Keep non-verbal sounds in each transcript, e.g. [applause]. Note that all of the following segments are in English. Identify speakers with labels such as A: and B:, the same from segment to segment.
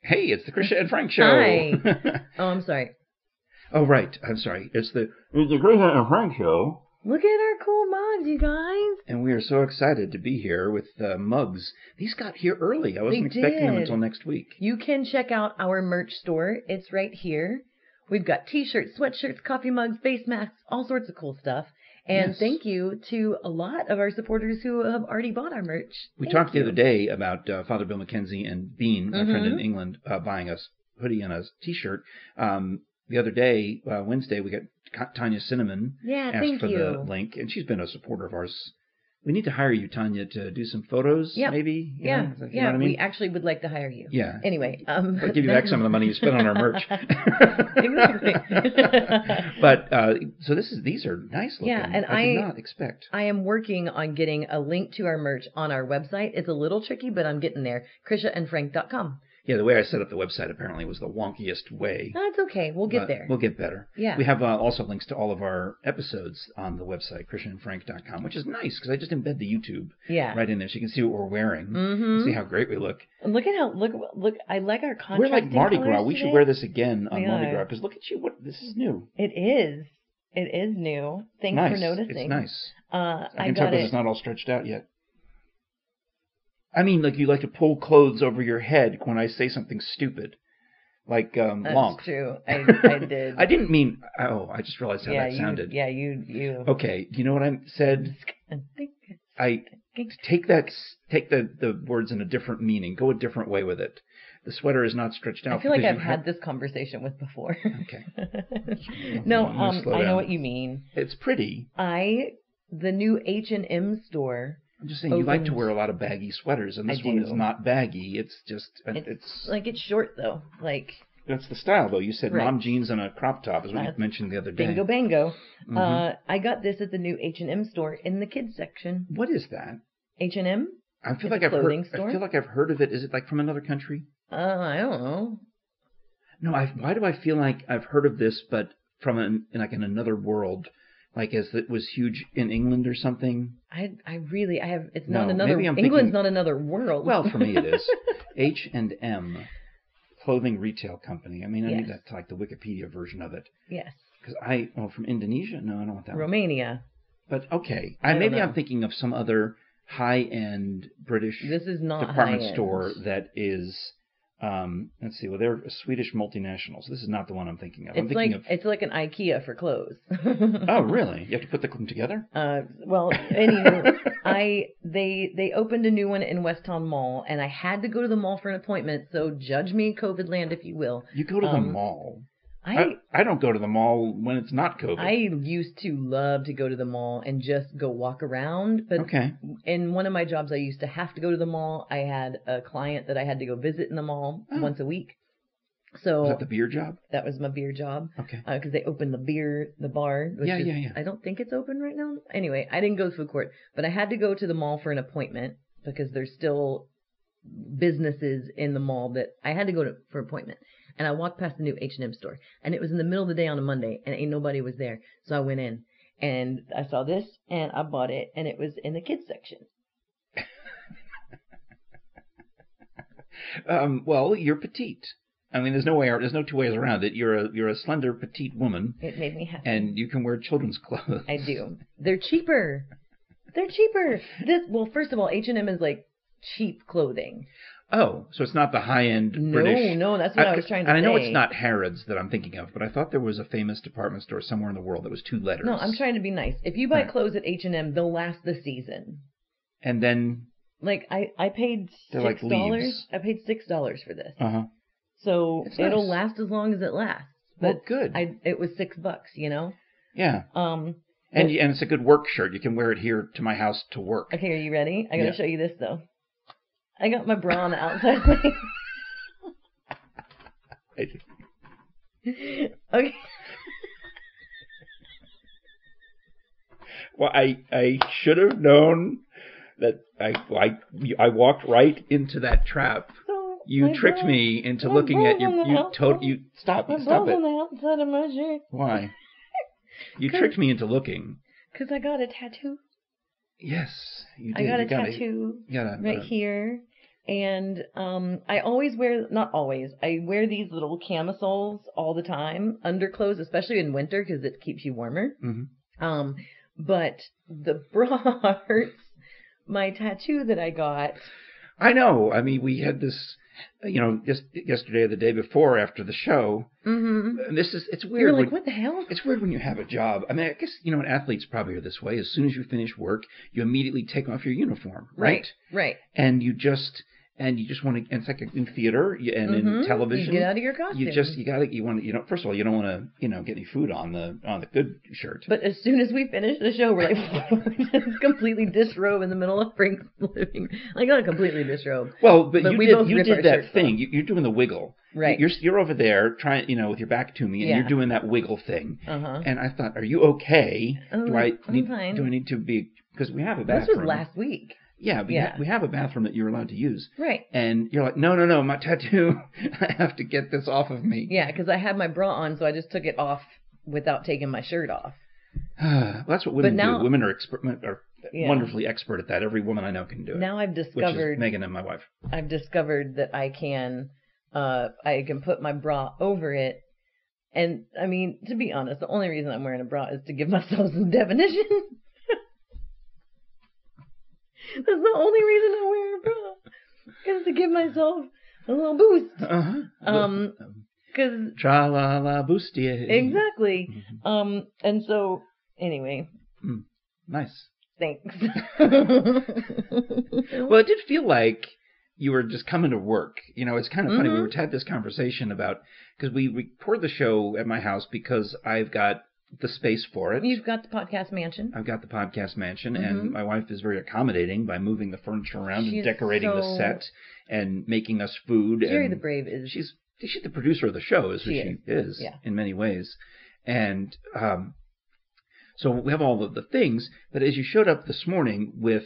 A: Hey, it's the Krisha and Frank show.
B: Hi. Oh, I'm sorry.
A: [laughs] oh, right. I'm sorry. It's the it's the Krisha and Frank show,
B: Look at our cool mugs, you guys.
A: and we are so excited to be here with uh, mugs. These got here early. I wasn't
B: They
A: expecting them
B: did.
A: until next week.
B: You can check out our merch store. It's right here. We've got t-shirts, sweatshirts, coffee mugs, face masks, all sorts of cool stuff. And
A: Yes.
B: thank you to a lot of our supporters who have already bought our merch.
A: We
B: Thank
A: talked
B: you. Mm-hmm.
A: the other day about uh, Father Bill McKenzie and Bean, my friend in England, uh, buying us hoodie and a t-shirt. Um, the other day, uh, Wednesday, we got Ka- Tanya Cinnamon
B: Yeah,
A: asked
B: thank
A: for
B: you.
A: the link, and she's been a supporter of ours. We need to hire you, Tanya, to do some photos,
B: Yep.
A: maybe. You
B: yeah,
A: know, is that- you know
B: yeah.
A: what I mean?
B: We actually would like to hire you.
A: yeah.
B: Anyway, um,
A: But give you back some of the money you spent on our merch.
B: Exactly.
A: but uh, so this is these are nice looking.
B: Yeah, and
A: I, did
B: I-
A: not expect.
B: [laughs] I am working on getting a link to our merch on our website. It's a little tricky, but I'm getting there. KrishaandFrank.com.
A: Yeah, the way I set up the website apparently was the wonkiest way.
B: That's okay. We'll
A: but
B: get there.
A: We'll get better.
B: Yeah.
A: We have uh, also links to all of our episodes on the website, christianfrank.com, which is nice because I just embed the YouTube
B: yeah.
A: right in there so you can see what we're wearing,
B: Mhm.
A: see how great we look.
B: Look at how look look. I like our contrast.
A: We're like Mardi Gras. We should wear this again on
B: We
A: Mardi
B: are.
A: Gras because look at you. What This is new.
B: It is. It is new. Thanks
A: nice.
B: for
A: It's
B: noticing.
A: nice.
B: Uh,
A: I
B: I,
A: can tell
B: got
A: because
B: it.
A: it's not all stretched out yet. I mean, like you like to pull clothes over your head when I say something stupid, like um,
B: That's
A: "lonk."
B: true.
A: [laughs]
B: I, I did.
A: I didn't mean. Oh, I just realized how
B: yeah,
A: that
B: you,
A: sounded. Oh.
B: Yeah, you you.
A: Okay, you know what I said?
B: I think
A: I take that s- take the the words in a different meaning. Go a different way with it. The sweater is not stretched out.
B: I feel like
A: Oh, because
B: I've
A: you have-
B: had this conversation with
A: [laughs]
B: before. [laughs]
A: Okay,
B: no,
A: I'm gonna
B: um,
A: slow
B: I know
A: down.
B: what you mean.
A: it's pretty.
B: I the new H and M store.
A: I'm just saying you like to
B: Opens.
A: wear a lot of baggy sweaters, and
B: I
A: this one is
B: do.
A: not baggy. It's just uh,
B: It's,
A: it's,
B: like it's short though, like
A: That's the style, though. You said
B: Right.
A: mom jeans and a crop top is what you
B: That's
A: mentioned the other day.
B: bingo bango.
A: Mhm.
B: Uh, I got this at the new H and M store in the kids section.
A: what is that?
B: H and M.
A: I feel
B: It's a
A: like I've
B: clothing
A: heard.
B: store?
A: I feel like I've heard of it. Is it like from another country?
B: Uh, I don't know.
A: No. I, why do I feel like I've heard of this, but from an, in like in another world, like as it was huge in England or something?
B: I I really I have. It's not
A: No,
B: another.
A: maybe I'm
B: England's
A: thinking-
B: not another world.
A: Well, for me it
B: [laughs]
A: is. H and M, clothing retail company. I mean, I
B: Yes.
A: need that's like the Wikipedia version of it
B: yes,
A: because I oh from Indonesia. No, I don't want that. one.
B: Romania.
A: But okay, I,
B: don't
A: maybe
B: know.
A: I'm thinking of some other high-end British
B: This is not
A: department
B: high-end.
A: store that is. Um, let's see. Well, they're a Swedish multinational, so this is not the one I'm thinking of. I'm
B: It's like
A: thinking
B: it's like an IKEA for clothes. [laughs]
A: of. Oh, really? You have to put them together.
B: Uh, well,
A: [laughs]
B: anywho, I they they opened a new one in West Town Mall, and I had to go to the mall for an appointment. So judge me, COVID land, if you will.
A: You go to the
B: Um,
A: mall.
B: I
A: I don't go to the mall when it's not COVID.
B: I used to love to go to the mall and just go walk around, but
A: okay.
B: in one of my jobs, I used to have to go to the mall. I had a client that I had to go visit in the mall
A: Oh.
B: once a week,
A: Is
B: so
A: that the beer job?
B: that was my beer job.
A: Okay.
B: because Uh, they opened the beer, the bar. Which
A: Yeah,
B: is,
A: yeah, yeah.
B: I don't think it's open right now. Anyway, I didn't go to the food court, but I had to go to the mall for an appointment because there's still businesses in the mall that I had to go to for appointment. And I walked past the new H and M store, and it was in the middle of the day on a Monday, and ain't nobody was there, so I went in. And I saw this, and I bought it, and it was in the kids section.
A: Um, well, you're petite. I mean, there's no way. There's no two ways around it. You're a you're a slender petite woman,
B: It made me happy.
A: and you can wear children's [laughs] clothes.
B: I do. They're cheaper. They're cheaper. This well, first of all, H and M is like cheap clothing.
A: Oh, so it's not the high end
B: No,
A: British.
B: no, that's what I, was trying to
A: and I
B: say.
A: know it's not Harrods that I'm thinking of, but I thought there was a famous department store somewhere in the world that was two letters.
B: No, I'm trying to be nice. If you buy
A: Right.
B: clothes at H and M, they'll last the season.
A: And then,
B: Like I, I paid
A: They're
B: six
A: like
B: dollars.
A: leaves.
B: I paid six dollars for this,
A: uh huh.
B: so
A: It's
B: it'll
A: nice.
B: last as long as it lasts.
A: Well,
B: But
A: good.
B: I, it was six bucks, you know.
A: yeah,
B: Um.
A: and
B: well-
A: y and it's a good work shirt. You can wear it here to my house to work.
B: Okay, are you ready? I gotta
A: Yeah.
B: show you this though. I got my bra on the outside. leg.
A: I-
B: [laughs] okay.
A: well, I I should have known that I I I walked right into that trap.
B: So
A: You
B: my
A: tricked
B: bra-
A: me into
B: my
A: looking at
B: bra's
A: your
B: on the
A: you
B: outside.
A: tot you stop
B: My
A: it
B: bra's
A: stop
B: on
A: it
B: the outside of my shirt [laughs]
A: why you
B: 'Cause-
A: tricked me into looking
B: because I got a tattoo.
A: yes you
B: I
A: did.
B: got
A: You
B: a tattoo
A: you got a, uh,
B: right
A: a-
B: here, And um, I always wear, not always, I wear these little camisoles all the time, underclothes, especially in winter because it keeps you warmer.
A: Mhm.
B: Um, but the [laughs] bra hurts. My tattoo that I got,
A: I know. I mean, we had this, you know, just yesterday or the day before after the show.
B: mm-hmm.
A: And this is it's
B: you were
A: weird.
B: like,
A: when,
B: what the hell?
A: It's weird when you have a job. I mean, I guess you know, and athletes probably are this way. As soon as you finish work, you immediately take off your uniform, right?
B: Right.
A: And you just and you just want to. And it's like in theater you- and
B: Mhm.
A: in television.
B: You get out of your costume.
A: you just you gotta you want you know first of all you don't want to you know get any food on the on the good shirt
B: But as soon as we finish the show, we're like [laughs] just completely disrobe in the middle of Frank's living room. Like not completely disrobe,
A: well but,
B: but
A: you
B: we both
A: did you
B: rip our
A: did that
B: shirts off.
A: thing you, you're doing the wiggle
B: right?
A: you're you're over there trying you know with your back to me and
B: Yeah.
A: you're doing that wiggle thing
B: Uh huh.
A: and I thought are you okay
B: Oh,
A: do I
B: I'm
A: need
B: fine.
A: do I need to be because we have a
B: This
A: bathroom
B: was last week,
A: yeah we, ha-
B: yeah.
A: we have a bathroom that you're allowed to use
B: right?
A: and you're like no no no my tattoo [laughs] I have to get this off of me
B: Yeah, because I had my bra on, so I just took it off without taking my shirt off.
A: [sighs] well, that's what women
B: now-
A: do women are expert are
B: Yeah.
A: wonderfully expert at that every woman I know can do it
B: Now I've
A: which
B: discovered
A: is Megan and my wife.
B: I've discovered that I can uh I can put my bra over it. And I mean, to be honest, the only reason I'm wearing a bra is to give [laughs] myself some definition. [laughs] That's the only reason I'm wearing a bra. Is to give myself a little boost.
A: Uh-huh.
B: Um, Cause
A: Tra la la boostia.
B: exactly.
A: Mm-hmm.
B: Um and so anyway,
A: Nice.
B: thanks.
A: Well, it did feel like you were just coming to work. You know, it's kind of funny. We
B: Mhm.
A: were had this conversation about because we record the show at my house because I've got the space for it.
B: You've got the podcast mansion.
A: I've got the podcast mansion,
B: Mhm.
A: and my wife is very accommodating by moving the furniture around
B: She's
A: and decorating
B: so-
A: the set and making us food.
B: Jerry
A: and
B: the Brave is
A: she's she's the producer of the show is who
B: She
A: she, is,
B: Yeah.
A: in many ways and um so we have all of the things but as you showed up this morning with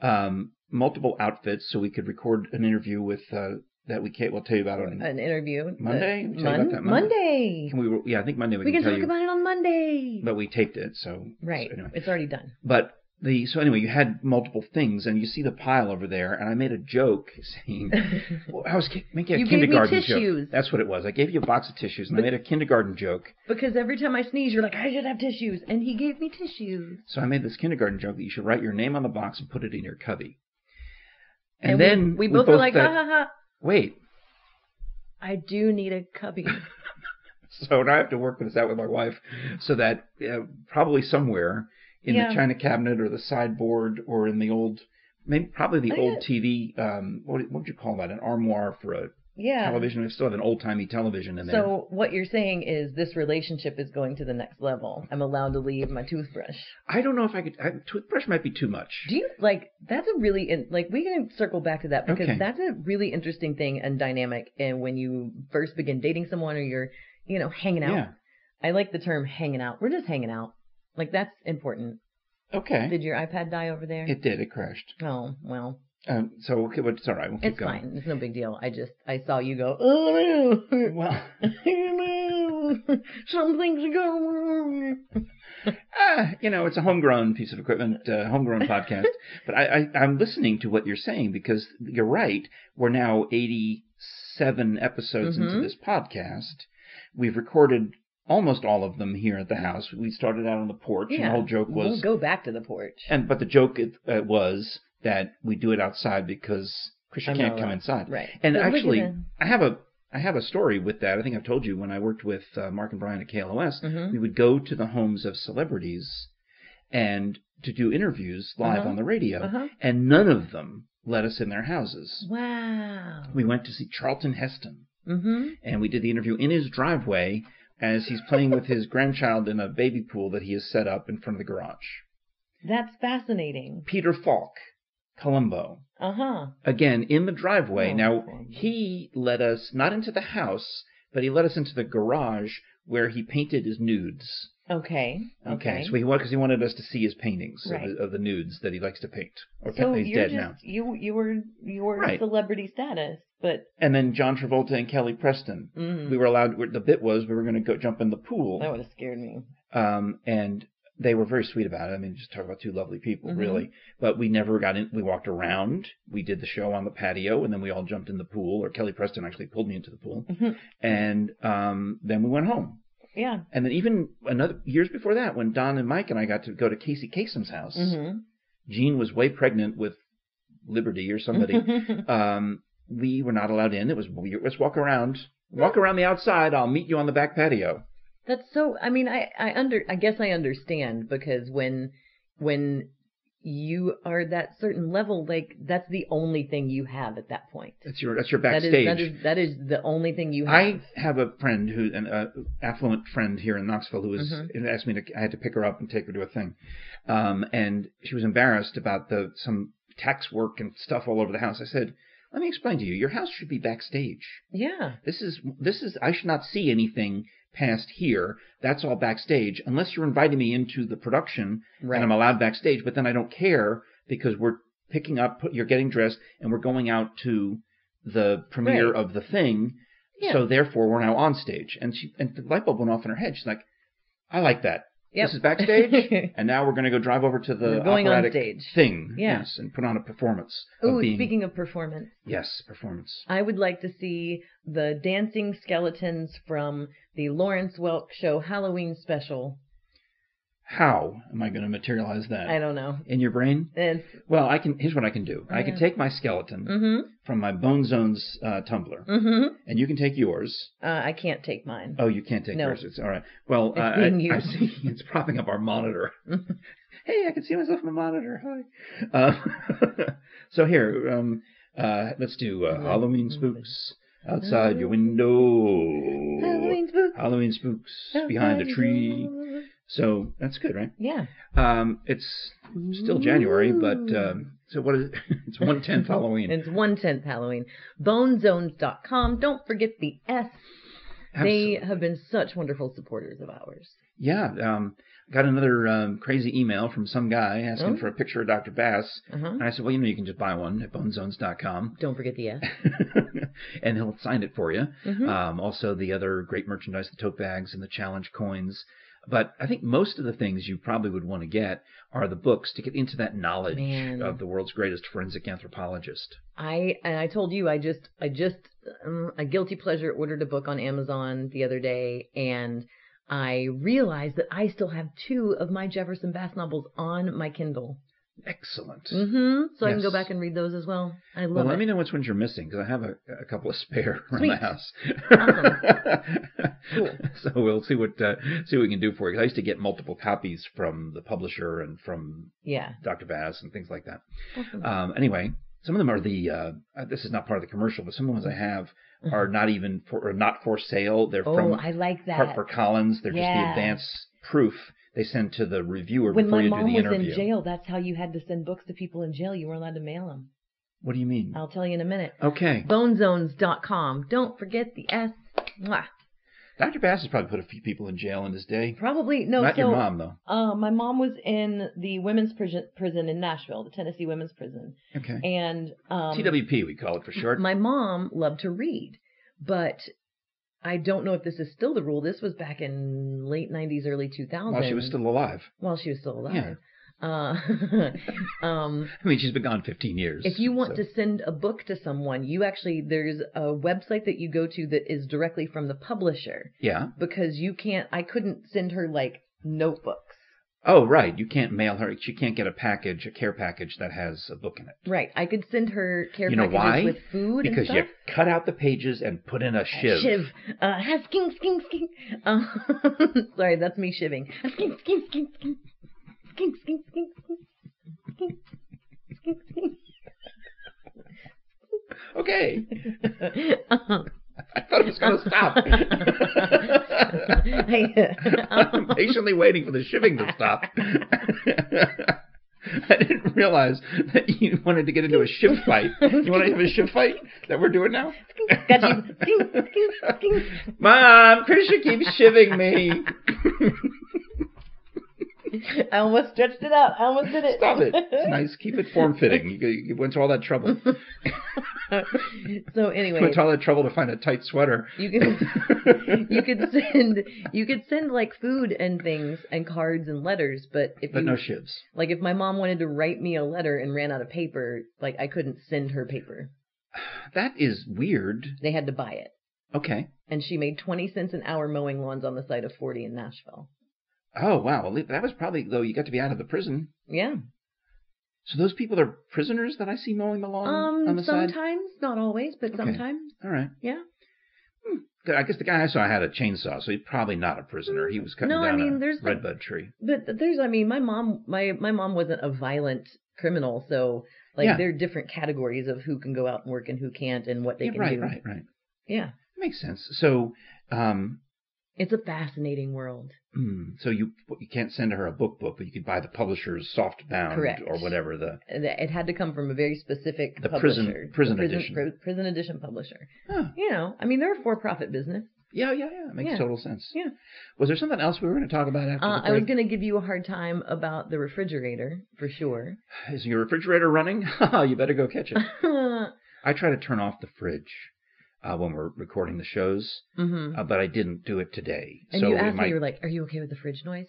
A: um multiple outfits so we could record an interview with uh that we can't we'll tell you about on
B: an interview. the-
A: Monday? We tell you
B: Mon-
A: about that
B: Monday.
A: can we yeah i think monday we,
B: We can
A: tell
B: talk
A: you
B: about it on Monday.
A: but we taped it so
B: Right.
A: so anyway
B: It's already done.
A: but the so anyway you had multiple things and you see the pile over there and i made a joke [laughs]
B: [laughs]
A: saying well, i was ki- making a
B: You gave me
A: kindergarten
B: tissues.
A: joke that's what it was i gave you a box of tissues and
B: But-
A: i made a kindergarten joke
B: because every time I sneeze, you're like, I should have tissues. And he gave me tissues.
A: So I made this kindergarten joke that you should write your name on the box and put it in your cubby. And,
B: we-
A: then
B: we, both were like, "Uh-huh." ha
A: thought,
B: ha ha.
A: wait,
B: I do need a
A: [laughs]
B: cubby.
A: so now I have to work this out with my wife so that uh, probably somewhere in
B: Yeah.
A: the china cabinet or the sideboard or in the old, maybe probably the
B: I
A: old
B: got-
A: TV, um, what, what would you call that? An armoire for a
B: Yeah.
A: television. We still have an old timey television in there.
B: So what you're saying is this relationship is going to the next level. I'm allowed to leave my toothbrush.
A: I don't know if I could, I, toothbrush might be too much.
B: Do you like that's a really in, like we can circle back to that because
A: Okay.
B: that's a really interesting thing and dynamic. And when you first begin dating someone or you're you know hanging out,
A: yeah.
B: I like the term hanging out. We're just hanging out. Like that's important.
A: Okay.
B: Did your iPad die over there?
A: it did. It crashed.
B: oh well,
A: Um, so okay, but it's all right. We'll keep
B: it's
A: going.
B: fine. It's no big deal. I just I saw you go. Oh no,
A: Well.
B: oh no, something's going wrong.
A: Ah, you know, it's a homegrown piece of equipment, uh, homegrown
B: [laughs]
A: podcast. But I, I, I'm listening to what you're saying because you're right. We're now 87 episodes into
B: Mhm.
A: this podcast. We've recorded almost all of them here at the house. We started out on the porch, and
B: Yeah.
A: [laughs] the whole joke
B: we'll
A: was,
B: go back to the porch.
A: and but the joke it, uh, was that we do it outside because Christian
B: I'm
A: can't
B: not
A: come
B: allowed.
A: inside.
B: Right.
A: And
B: But look at
A: actually,
B: the-
A: I have a I have a story with that. I think I've told you when I worked with uh, Mark and Brian at KLOS
B: Mhm.
A: we would go to the homes of celebrities and to do interviews live
B: Uh-huh.
A: on the radio,
B: Uh-huh.
A: and none of them let us in their houses.
B: wow.
A: We went to see Charlton Heston,
B: Mm-hmm.
A: and we did the interview in his driveway as he's playing with
B: [laughs]
A: his grandchild in a baby pool that he has set up in front of the garage.
B: That's fascinating.
A: Peter Falk, Columbo,
B: Uh huh.
A: again in the driveway.
B: Oh,
A: now
B: okay.
A: he let us not into the house, but he let us into the garage where he painted his nudes.
B: Okay.
A: Okay. So he wanted because he wanted us to see his paintings
B: Right.
A: of, the, of the nudes that he likes to paint. Or
B: So
A: he's
B: you're
A: dead
B: just
A: now.
B: you you were you were
A: Right.
B: celebrity status, but
A: And then John Travolta and Kelly Preston.
B: mm,
A: We were allowed. The bit was we were going to go jump in the pool,
B: that would have scared me.
A: um, and they were very sweet about it. I mean, just talk about two lovely people,
B: Mhm.
A: really. But we never got in. We walked around. We did the show on the patio, and then we all jumped in the pool. Or Kelly Preston actually pulled me into the pool,
B: Mhm.
A: and um, then we went home.
B: Yeah.
A: And then even another years before that, when Don and Mike and I got to go to Casey Kasem's house,
B: Mhm.
A: Jean was way pregnant with Liberty or
B: [laughs]
A: somebody.
B: Mm-hmm.
A: um, we were not allowed in. It was weird. Let's walk around. Walk around the outside. I'll meet you on the back patio.
B: That's so. I mean, I I under I guess I understand because when when you are that certain level, like that's the only thing you have at that point.
A: That's your that's your
B: That
A: backstage.
B: is, that is that is the only thing you have.
A: I have a friend who, an uh, affluent friend here in Knoxville, who was
B: Mhm.
A: and asked me to. I had to pick her up and take her to a thing, um, and she was embarrassed about the some tax work and stuff all over the house. I said, "Let me explain to you. Your house should be backstage.
B: yeah.
A: This is this is. I should not see anything past here. That's all backstage, unless you're inviting me into the production
B: Right.
A: and I'm allowed backstage. But then I don't care because we're picking up. You're getting dressed, and we're going out to the premiere
B: Right.
A: of the thing."
B: yeah.
A: So therefore, we're now on stage. And she and the light bulb went off in her head. She's like, I like that.
B: Yep.
A: This is backstage, and now we're going to go drive over to the
B: We're going on
A: operatic
B: stage.
A: thing.
B: Yeah.
A: Yes, and put on a performance.
B: [laughs] Ooh,
A: of being,
B: speaking of performance,
A: Yes, performance.
B: I would like to see the dancing skeletons from the Lawrence Welk show Halloween special.
A: How am I going to materialize that
B: I don't know.
A: in your brain?
B: It's
A: Well, I can. Here's what I can do. I can
B: Yeah.
A: take my skeleton
B: mhm.
A: from my Bone Zones uh, tumbler,
B: Mhm.
A: and you can take yours.
B: Uh, I can't take mine.
A: Oh, you can't take
B: No.
A: yours. It's all right. Well,
B: It's
A: I-
B: being
A: I, I
B: used.
A: see [laughs] it's propping up our
B: [laughs]
A: monitor. hey, I can see myself in the monitor. Hi. Uh, [laughs] so here, um, uh, let's do uh,
B: Mhm.
A: Halloween spooks outside your window.
B: Halloween spooks.
A: Halloween spooks behind a tree. So that's good, right?
B: Yeah.
A: Um, it's still January, but um, so what is? [laughs] it's one tenth Halloween.
B: It's one tenth Halloween. Bonezones.com. Don't forget the S.
A: Absolutely.
B: They have been such wonderful supporters of ours.
A: Yeah, um, got another um, crazy email from some guy asking
B: Oh.
A: for a picture of Dr. Bass.
B: Uh-huh.
A: And I said, well, you know, you can just buy one at bonezones.com
B: Don't forget the S.
A: [laughs] and he'll sign it for you.
B: Mhm.
A: Um, also, the other great merchandise, the tote bags and the challenge coins. But I think most of the things you probably would want to get are the books to get into that knowledge
B: Man.
A: of the world's greatest forensic anthropologist.
B: I and I told you I just I just um, a guilty pleasure ordered a book on Amazon the other day and I realized that I still have two of my Jefferson Bass novels on my Kindle.
A: Excellent.
B: hmm So I can
A: Mm-hmm.
B: go
A: Yes.
B: back and read those as well. I
A: Well,
B: love
A: let
B: it.
A: me know which ones you're missing because I have a, a couple of spare [laughs] around the
B: Sweet.
A: house. [laughs]
B: Awesome. Cool.
A: So we'll see what uh, see what we can do for you. 'Cause I used to get multiple copies from the publisher and from
B: yeah.
A: Dr. Bass and things like that.
B: Awesome.
A: Um, anyway, some of them are the. Uh, uh, this is not part of the commercial, but some of the ones I have are not even for or not for sale. They're
B: Mm-hmm. oh,
A: from
B: I like that.
A: Harper Collins. They're just the
B: Yeah.
A: advance proof they send to the reviewer
B: when
A: before
B: my
A: you do
B: mom
A: the
B: was
A: interview.
B: in jail, that's how you had to send books to people in jail. You weren't allowed to mail them.
A: What do you mean?
B: I'll tell you in a minute.
A: Okay,
B: Bonezones.com. Don't forget the S. Mwah.
A: Dr. Bass has probably put a few people in jail in his day.
B: Probably no.
A: not
B: so
A: your mom though.
B: Uh, my mom was in the women's prison, prison in Nashville, the Tennessee women's prison,
A: Okay.
B: and um,
A: TWP we call it for short.
B: my mom loved to read, but I don't know if this is still the rule. This was back in late '90s, early 2000s,
A: While she was still alive.
B: while she was still
A: Yeah.
B: alive. Uh, [laughs] um,
A: I mean, she's been gone 15 years.
B: if you want
A: so-
B: to send a book to someone, you actually there's a website that you go to that is directly from the publisher
A: Yeah.
B: because you can't. I couldn't send her like notebooks.
A: Oh, right. You can't mail her. She can't get a package, a care package that has a book in it.
B: Right. I could send her care
A: You know
B: packages
A: why?
B: with food and
A: Because
B: stuff.
A: you cut out the pages and put in a shiv.
B: Shiv. Uh, [laughs] has skin, skin, skin. Uh, [laughs] sorry, that's me shivving. Ha, Skin, skin, skin, skin. Skin, skin, skin, skin. Skin, skin, skin.
A: Okay.
B: Uh,
A: I thought it was going to
B: [laughs]
A: stop.
B: Hey,
A: [laughs] I'm
B: um,
A: patiently waiting for the shivving to stop. [laughs] I didn't realize that you wanted to get into a shiv fight. You want to have a shiv fight that we're doing now?
B: [laughs] got you. Skin, skin, skin.
A: Mom, Krisha keeps shivving me.
B: I almost stretched it out. I almost did it.
A: Stop
B: [laughs]
A: it. It's nice. Keep it form fitting. You, you went to all that trouble.
B: so
A: You
B: anyway,
A: went to all that trouble to find a tight sweater.
B: you can you could send you could send like food and things and cards and letters, but
A: [laughs]
B: if
A: But
B: you
A: no shivs.
B: like if my mom wanted to write me a letter and ran out of paper, like I couldn't send her paper.
A: That is weird.
B: They had to buy it.
A: Okay.
B: And she made 20 cents an hour mowing lawns on the side of 40 in Nashville.
A: Oh wow. Well, that was probably though you got to be out of the prison.
B: Yeah.
A: So those people are prisoners that I see mowing the lawn on
B: Um
A: the
B: sometimes,
A: side.
B: not always, but
A: Okay.
B: sometimes.
A: All right.
B: Yeah.
A: Hmm. Good. I guess the guy I saw had a chainsaw, so he's probably not a prisoner. He was cutting
B: No, I
A: down
B: mean,
A: a
B: there's, like-
A: redbud tree.
B: But th- there's I mean, my mom my my mom wasn't a violent criminal, so like
A: Yeah.
B: there are different categories of who can go out and work and who can't and what they
A: Yeah,
B: can
A: right,
B: do.
A: right, right.
B: Yeah.
A: Makes sense. So, um,
B: It's a fascinating world.
A: hmm, so you you can't send her a book book, but you could buy the publisher's softbound
B: Correct.
A: or whatever the.
B: And It had to come from a very specific
A: The prison-
B: publisher.
A: prison
B: The
A: edition.
B: pro- prison edition publisher.
A: Huh.
B: You know, I mean, they're a for-profit business.
A: Yeah, yeah, yeah. It makes
B: Yeah.
A: total sense.
B: Yeah.
A: Was there something else we were going to talk about after
B: Uh,
A: the
B: I was
A: break?
B: going to give you a hard time about the refrigerator for sure. [laughs]
A: Is your refrigerator running? [laughs] you better go catch it.
B: mm-hmm.
A: I try to turn off the fridge uh, when we're recording the shows, uh, but I didn't do it today.
B: Mm-hmm. And
A: so
B: you
A: we
B: asked me,
A: might-
B: you were like, "Are you okay with the fridge noise?"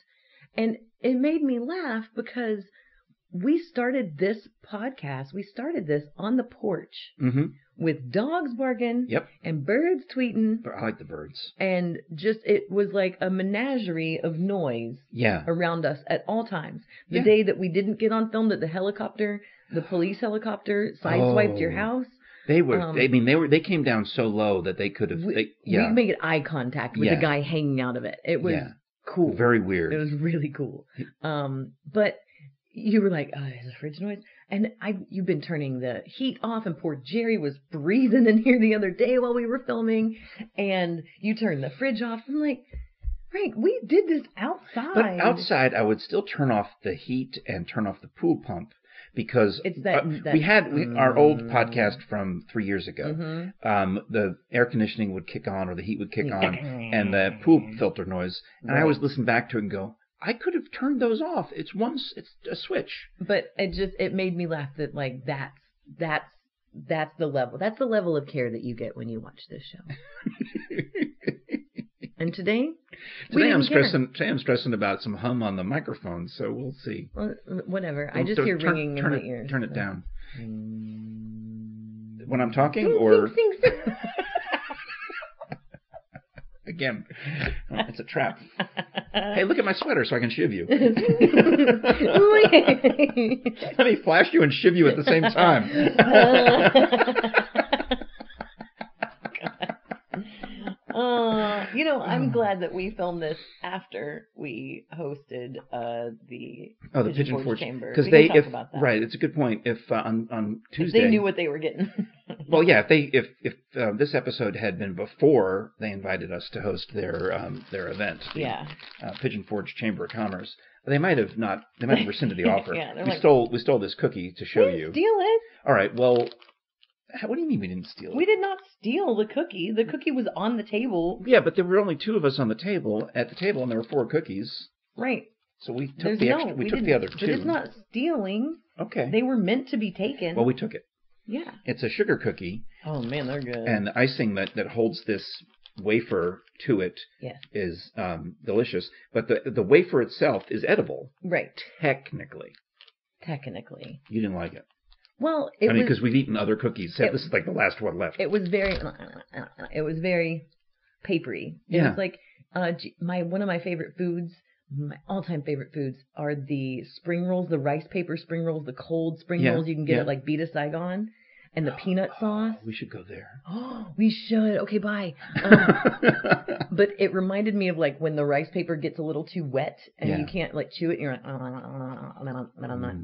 B: And it made me laugh because we started this podcast. We started this on the porch
A: Mhm.
B: with dogs barking
A: Yep.
B: and birds tweeting.
A: But I like the birds.
B: And just it was like a menagerie of noise
A: Yeah.
B: around us at all times. The
A: Yeah.
B: day that we didn't get on film, that the helicopter, the police helicopter, sideswiped your
A: Oh.
B: house.
A: They were.
B: Um,
A: I mean, they were. They came down so low that they could have.
B: We,
A: They, yeah.
B: we made eye contact with
A: Yeah.
B: the guy hanging out of it. It was
A: Yeah.
B: cool.
A: Very weird.
B: It was really cool. Um, but you were like, oh, is the fridge noise? And I, you've been turning the heat off, and poor Jerry was breathing in here the other day while we were filming, and you turned the fridge off. I'm like, Frank, we did this outside.
A: but outside, I would still turn off the heat and turn off the pool pump because
B: It's that-
A: uh,
B: that-
A: we had we, our old
B: Mm.
A: podcast from three years ago.
B: Mhm.
A: Um, the air conditioning would kick on or the heat would kick
B: Yeah.
A: on, and the pool filter noise. And I
B: Right.
A: always listen back to it and go, I could have turned those off. It's once it's a switch.
B: but it just it made me laugh that like that's that's that's the level that's the level of care that you get when you watch this
A: [laughs]
B: show and today we
A: Today I'm
B: didn't care.
A: stressing. Today I'm stressing about some hum on the microphone, so we'll see.
B: Well, whatever i
A: Don't-
B: just
A: don't
B: hear
A: turn-
B: ringing
A: turn
B: in
A: it-
B: my ears
A: Turn it
B: so. Mm.
A: down. When I'm talking,
B: Sing,
A: or
B: sing, sing, sing. [laughs]
A: again, oh, it's a trap. hey, look at my sweater, so I can shiv
B: [laughs]
A: you. [laughs] Let me flash you and shiv you at [laughs] the same time.
B: [laughs] Uh, you
A: [sighs]
B: know, I'm glad that we filmed this after we hosted uh, the
A: oh, the
B: Pigeon
A: pigeon
B: Forge
A: forge
B: Chamber.
A: Because
B: We can
A: they,
B: talk
A: if
B: about that.
A: right, it's a good point. If uh, on on
B: if
A: Tuesday,
B: they knew what they were getting. [laughs]
A: Well, yeah. If they if if uh, this episode had been before they invited us to host their um, their event, the,
B: yeah.
A: uh, Pigeon Forge Chamber of Commerce, they might have not. They might have rescinded
B: [laughs]
A: the offer.
B: Yeah, they're
A: we
B: like-
A: stole we stole this cookie to show
B: we didn't
A: you.
B: steal it.
A: All right. Well, how, what do you mean we didn't steal? it?
B: We did not steal the cookie. The cookie was on the table.
A: Yeah, but there were only two of us on the table at the table, and there were four cookies.
B: Right.
A: So we took
B: There's
A: the
B: no.
A: extra, we,
B: we
A: took the
B: didn't-
A: other two.
B: But it's not stealing.
A: okay.
B: They were meant to be taken.
A: well, we took it.
B: yeah.
A: It's a sugar cookie,
B: Oh man, they're good.
A: and the icing that that holds this wafer to it
B: yes.
A: is um, delicious, but the the wafer itself is edible
B: Right.
A: technically.
B: Technically.
A: You didn't like it.
B: Well, it
A: I mean,
B: was.
A: because we've eaten other cookies.
B: it-
A: this is like the last one left.
B: It was very. uh, It was very papery. It
A: Yeah.
B: was like uh, gee, my one of my favorite foods. My all-time favorite foods are the spring rolls, the rice paper spring rolls, the cold spring
A: Yeah,
B: rolls you can get
A: yeah. Oh,
B: at like Beta Saigon,
A: [gasps]
B: and the peanut sauce.
A: we should go there.
B: Oh, [gasps] we should. Okay, bye.
A: [laughs]
B: Um, but it reminded me of like when the rice paper gets a little too wet and
A: Yeah. Mm.
B: you can't like chew it. And you're like, "Ah,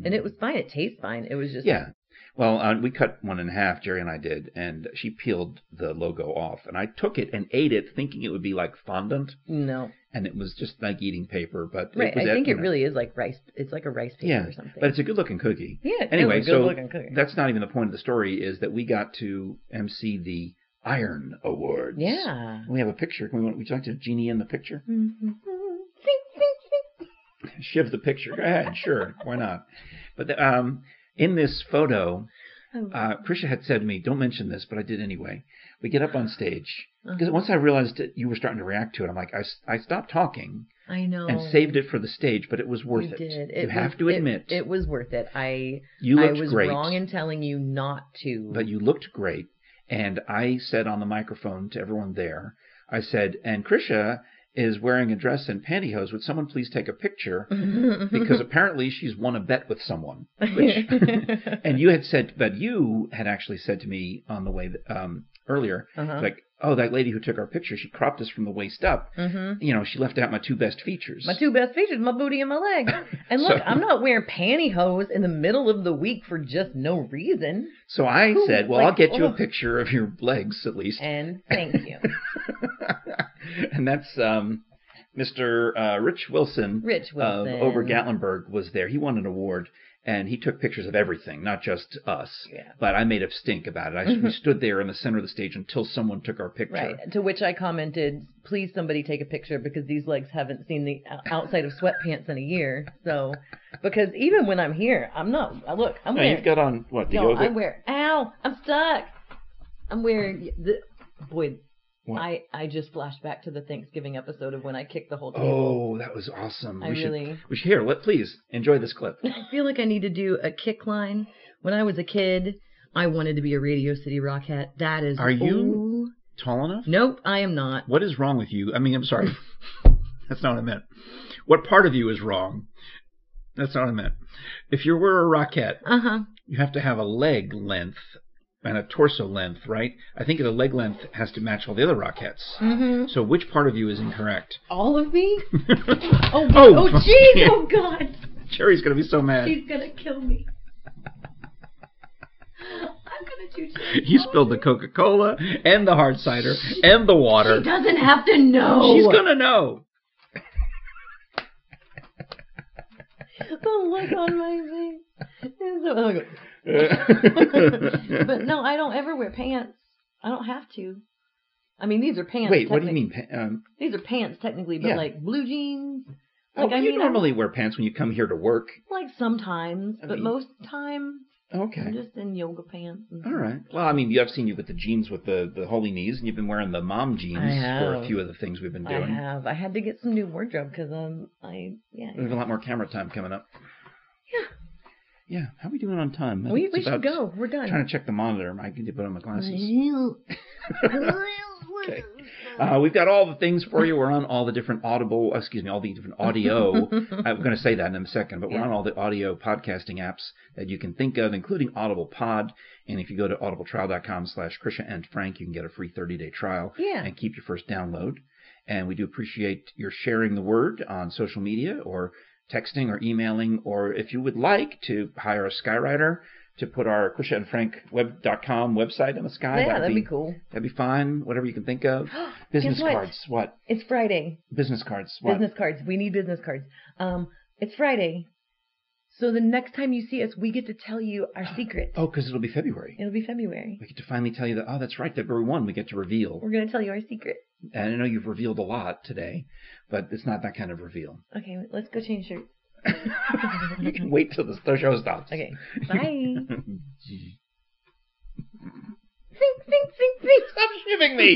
B: and it was fine. It tastes fine. It was
A: [laughs]
B: just
A: yeah. Well, uh, we cut one in half. Jerry and I did, and she peeled the logo off, and I took it and ate it, thinking it would be like fondant,
B: no.
A: and it was just like eating paper. But
B: Right.
A: it was
B: I
A: ed-
B: think
A: you
B: it
A: know.
B: really is like rice. It's like a rice paper
A: Yeah,
B: or something.
A: But it's a good looking cookie.
B: yeah. it
A: anyway,
B: was a
A: so
B: good looking cookie.
A: That's not even the point of the story. Is that we got to MC the Iron Awards.
B: yeah.
A: [laughs] Mm-hmm. We have a picture. Can we, would you like to genie in the picture?
B: Mhm. Sing, sing, sing.
A: Shiv the picture. Go ahead, sure, why not? But um, in this photo, uh, Prisha had said to me, "Don't mention this," but I did anyway. We get up on stage because once I realized that you were starting to react to it, I'm like, I, s- I stopped talking
B: [laughs] I know.
A: and saved it for the stage, but it was worth
B: Oh. you
A: it.
B: Did.
A: You
B: was-
A: have to admit,
B: it, it was worth it. I
A: you
B: I
A: looked
B: was
A: great,
B: wrong in telling you not to. [laughs]
A: but you looked great. And I said on the microphone to everyone there, I said, "And Krisha is wearing a dress and pantyhose. Would someone please take a
B: [laughs]
A: picture?" Because apparently she's won a bet with someone.
B: [laughs]
A: Which, and you had said, but you had actually said to me on the way um, earlier,
B: uh-huh.
A: like, oh, that lady who took our picture, she cropped us from the waist up.
B: hmm
A: You know, she left out my two best features.
B: My two best features, my booty and my
A: [laughs]
B: legs. And look,
A: So-
B: I'm not wearing pantyhose in the middle of the week for just no reason.
A: so I
B: Who-
A: said, well,
B: like,
A: I'll get you a
B: ugh.
A: picture of your legs at least.
B: And thank
A: [laughs]
B: you.
A: and that's um, Mr. Uh, Rich Wilson,
B: Rich Wilson.
A: of Um, Over Gatlinburg was there. He won an award and he took pictures of everything, not just us.
B: Yeah.
A: But I made a stink about it. I
B: [laughs]
A: we stood there in the center of the stage until someone took our picture.
B: Right. To which I commented, please somebody take a picture because these legs haven't seen the o- outside of sweatpants in a year. So, because even when I'm here, I'm not, I look, I'm
A: No,
B: wearing,
A: you've got on what the
B: no,
A: yoga.
B: I wear, ow, I'm stuck. I'm wearing, the, boy,
A: What?
B: I, I just flashed back to the Thanksgiving episode of when I kicked the whole table.
A: Oh, that was awesome.
B: I
A: we should
B: really,
A: we should here, let please enjoy this
B: [laughs]
A: clip.
B: I feel like I need to do a kick line. When I was a kid, I wanted to be a Radio City Rockette. That is,
A: Are you-
B: ooh.
A: Tall enough?
B: Nope, I am not.
A: What is wrong with you? I mean, I'm sorry. [laughs] That's not what I meant. What part of you is wrong? That's not what I meant. If you were a rockette,
B: Uh huh.
A: you have to have a leg length and a torso length, right? I think the leg length has to match all the other rockettes.
B: Mm-hmm.
A: So which part of you is incorrect?
B: All of me? [laughs] Oh,
A: Oh, [laughs]
B: oh, jeez, oh god,
A: Cherry's gonna be so mad.
B: she's gonna kill me. I'm gonna do Jerry.
A: You spilled the Coca-Cola and the hard cider and the water.
B: She doesn't have to know.
A: She's gonna know.
B: the look on my face. is so-
A: [laughs]
B: oh, God. [laughs] but
A: Wait,
B: no, I don't ever wear pants. I don't have to. I mean, these are pants.
A: what do you
B: technic-
A: mean? pa- Um,
B: These are pants technically, but
A: Yeah.
B: like blue jeans.
A: oh,
B: Like, I
A: you
B: mean, I'm-
A: normally wear pants when you come here to work.
B: Like sometimes,
A: I
B: but
A: mean-
B: most of the time I'm
A: Okay.
B: just in yoga pants. and-
A: All right. Well, I mean, you have seen you with the jeans with the, the holy knees, and you've been wearing the mom jeans for a
B: have.
A: few of the things we've been
B: I
A: doing.
B: have. I had to get some new wardrobe because um, I yeah.
A: We have a lot more camera time coming up.
B: Yeah.
A: Yeah. How are we doing on time? I
B: We,
A: think
B: we
A: it's
B: should
A: about-
B: go. We're done.
A: Trying to check the monitor. I need to put on my glasses. [laughs]
B: okay.
A: Uh,
B: Mm-hmm.
A: we've got all the things for you. We're on all the different audible, uh, excuse me, all the different
B: [laughs]
A: audio I'm going to say that in a second, but we're
B: Yeah.
A: on all the audio podcasting apps that you can think of, including Audible Pod. And if you go to audibletrial.com slash Krisha and Frank, you can get a free 30-day trial
B: yeah.
A: and keep your first download. And we do appreciate your sharing the word on social media or texting or emailing, or if you would like to hire a skywriter to put our Krisha and Frank web.com website in the sky,
B: yeah, that'd be,
A: be,
B: cool.
A: that'd be fine. Whatever you can think
B: [gasps]
A: of. Business
B: what?
A: cards. What?
B: It's Friday.
A: Business cards. What?
B: Business cards. We need business cards. Um, it's Friday. So the next time you see us, we get to tell you
A: [gasps]
B: our secret.
A: Oh, because it'll be February.
B: It'll be February.
A: We get to finally tell you that, oh, that's right, February 1, we get to reveal.
B: We're gonna tell you our secret.
A: And I know you've revealed a lot today, but it's not that kind of reveal.
B: [laughs] Okay, let's go change shirts.
A: you can wait till the the show stops.
B: Okay. Bye.
A: Gee.
B: Think, think, think, think.
A: [laughs] Stop shiving me!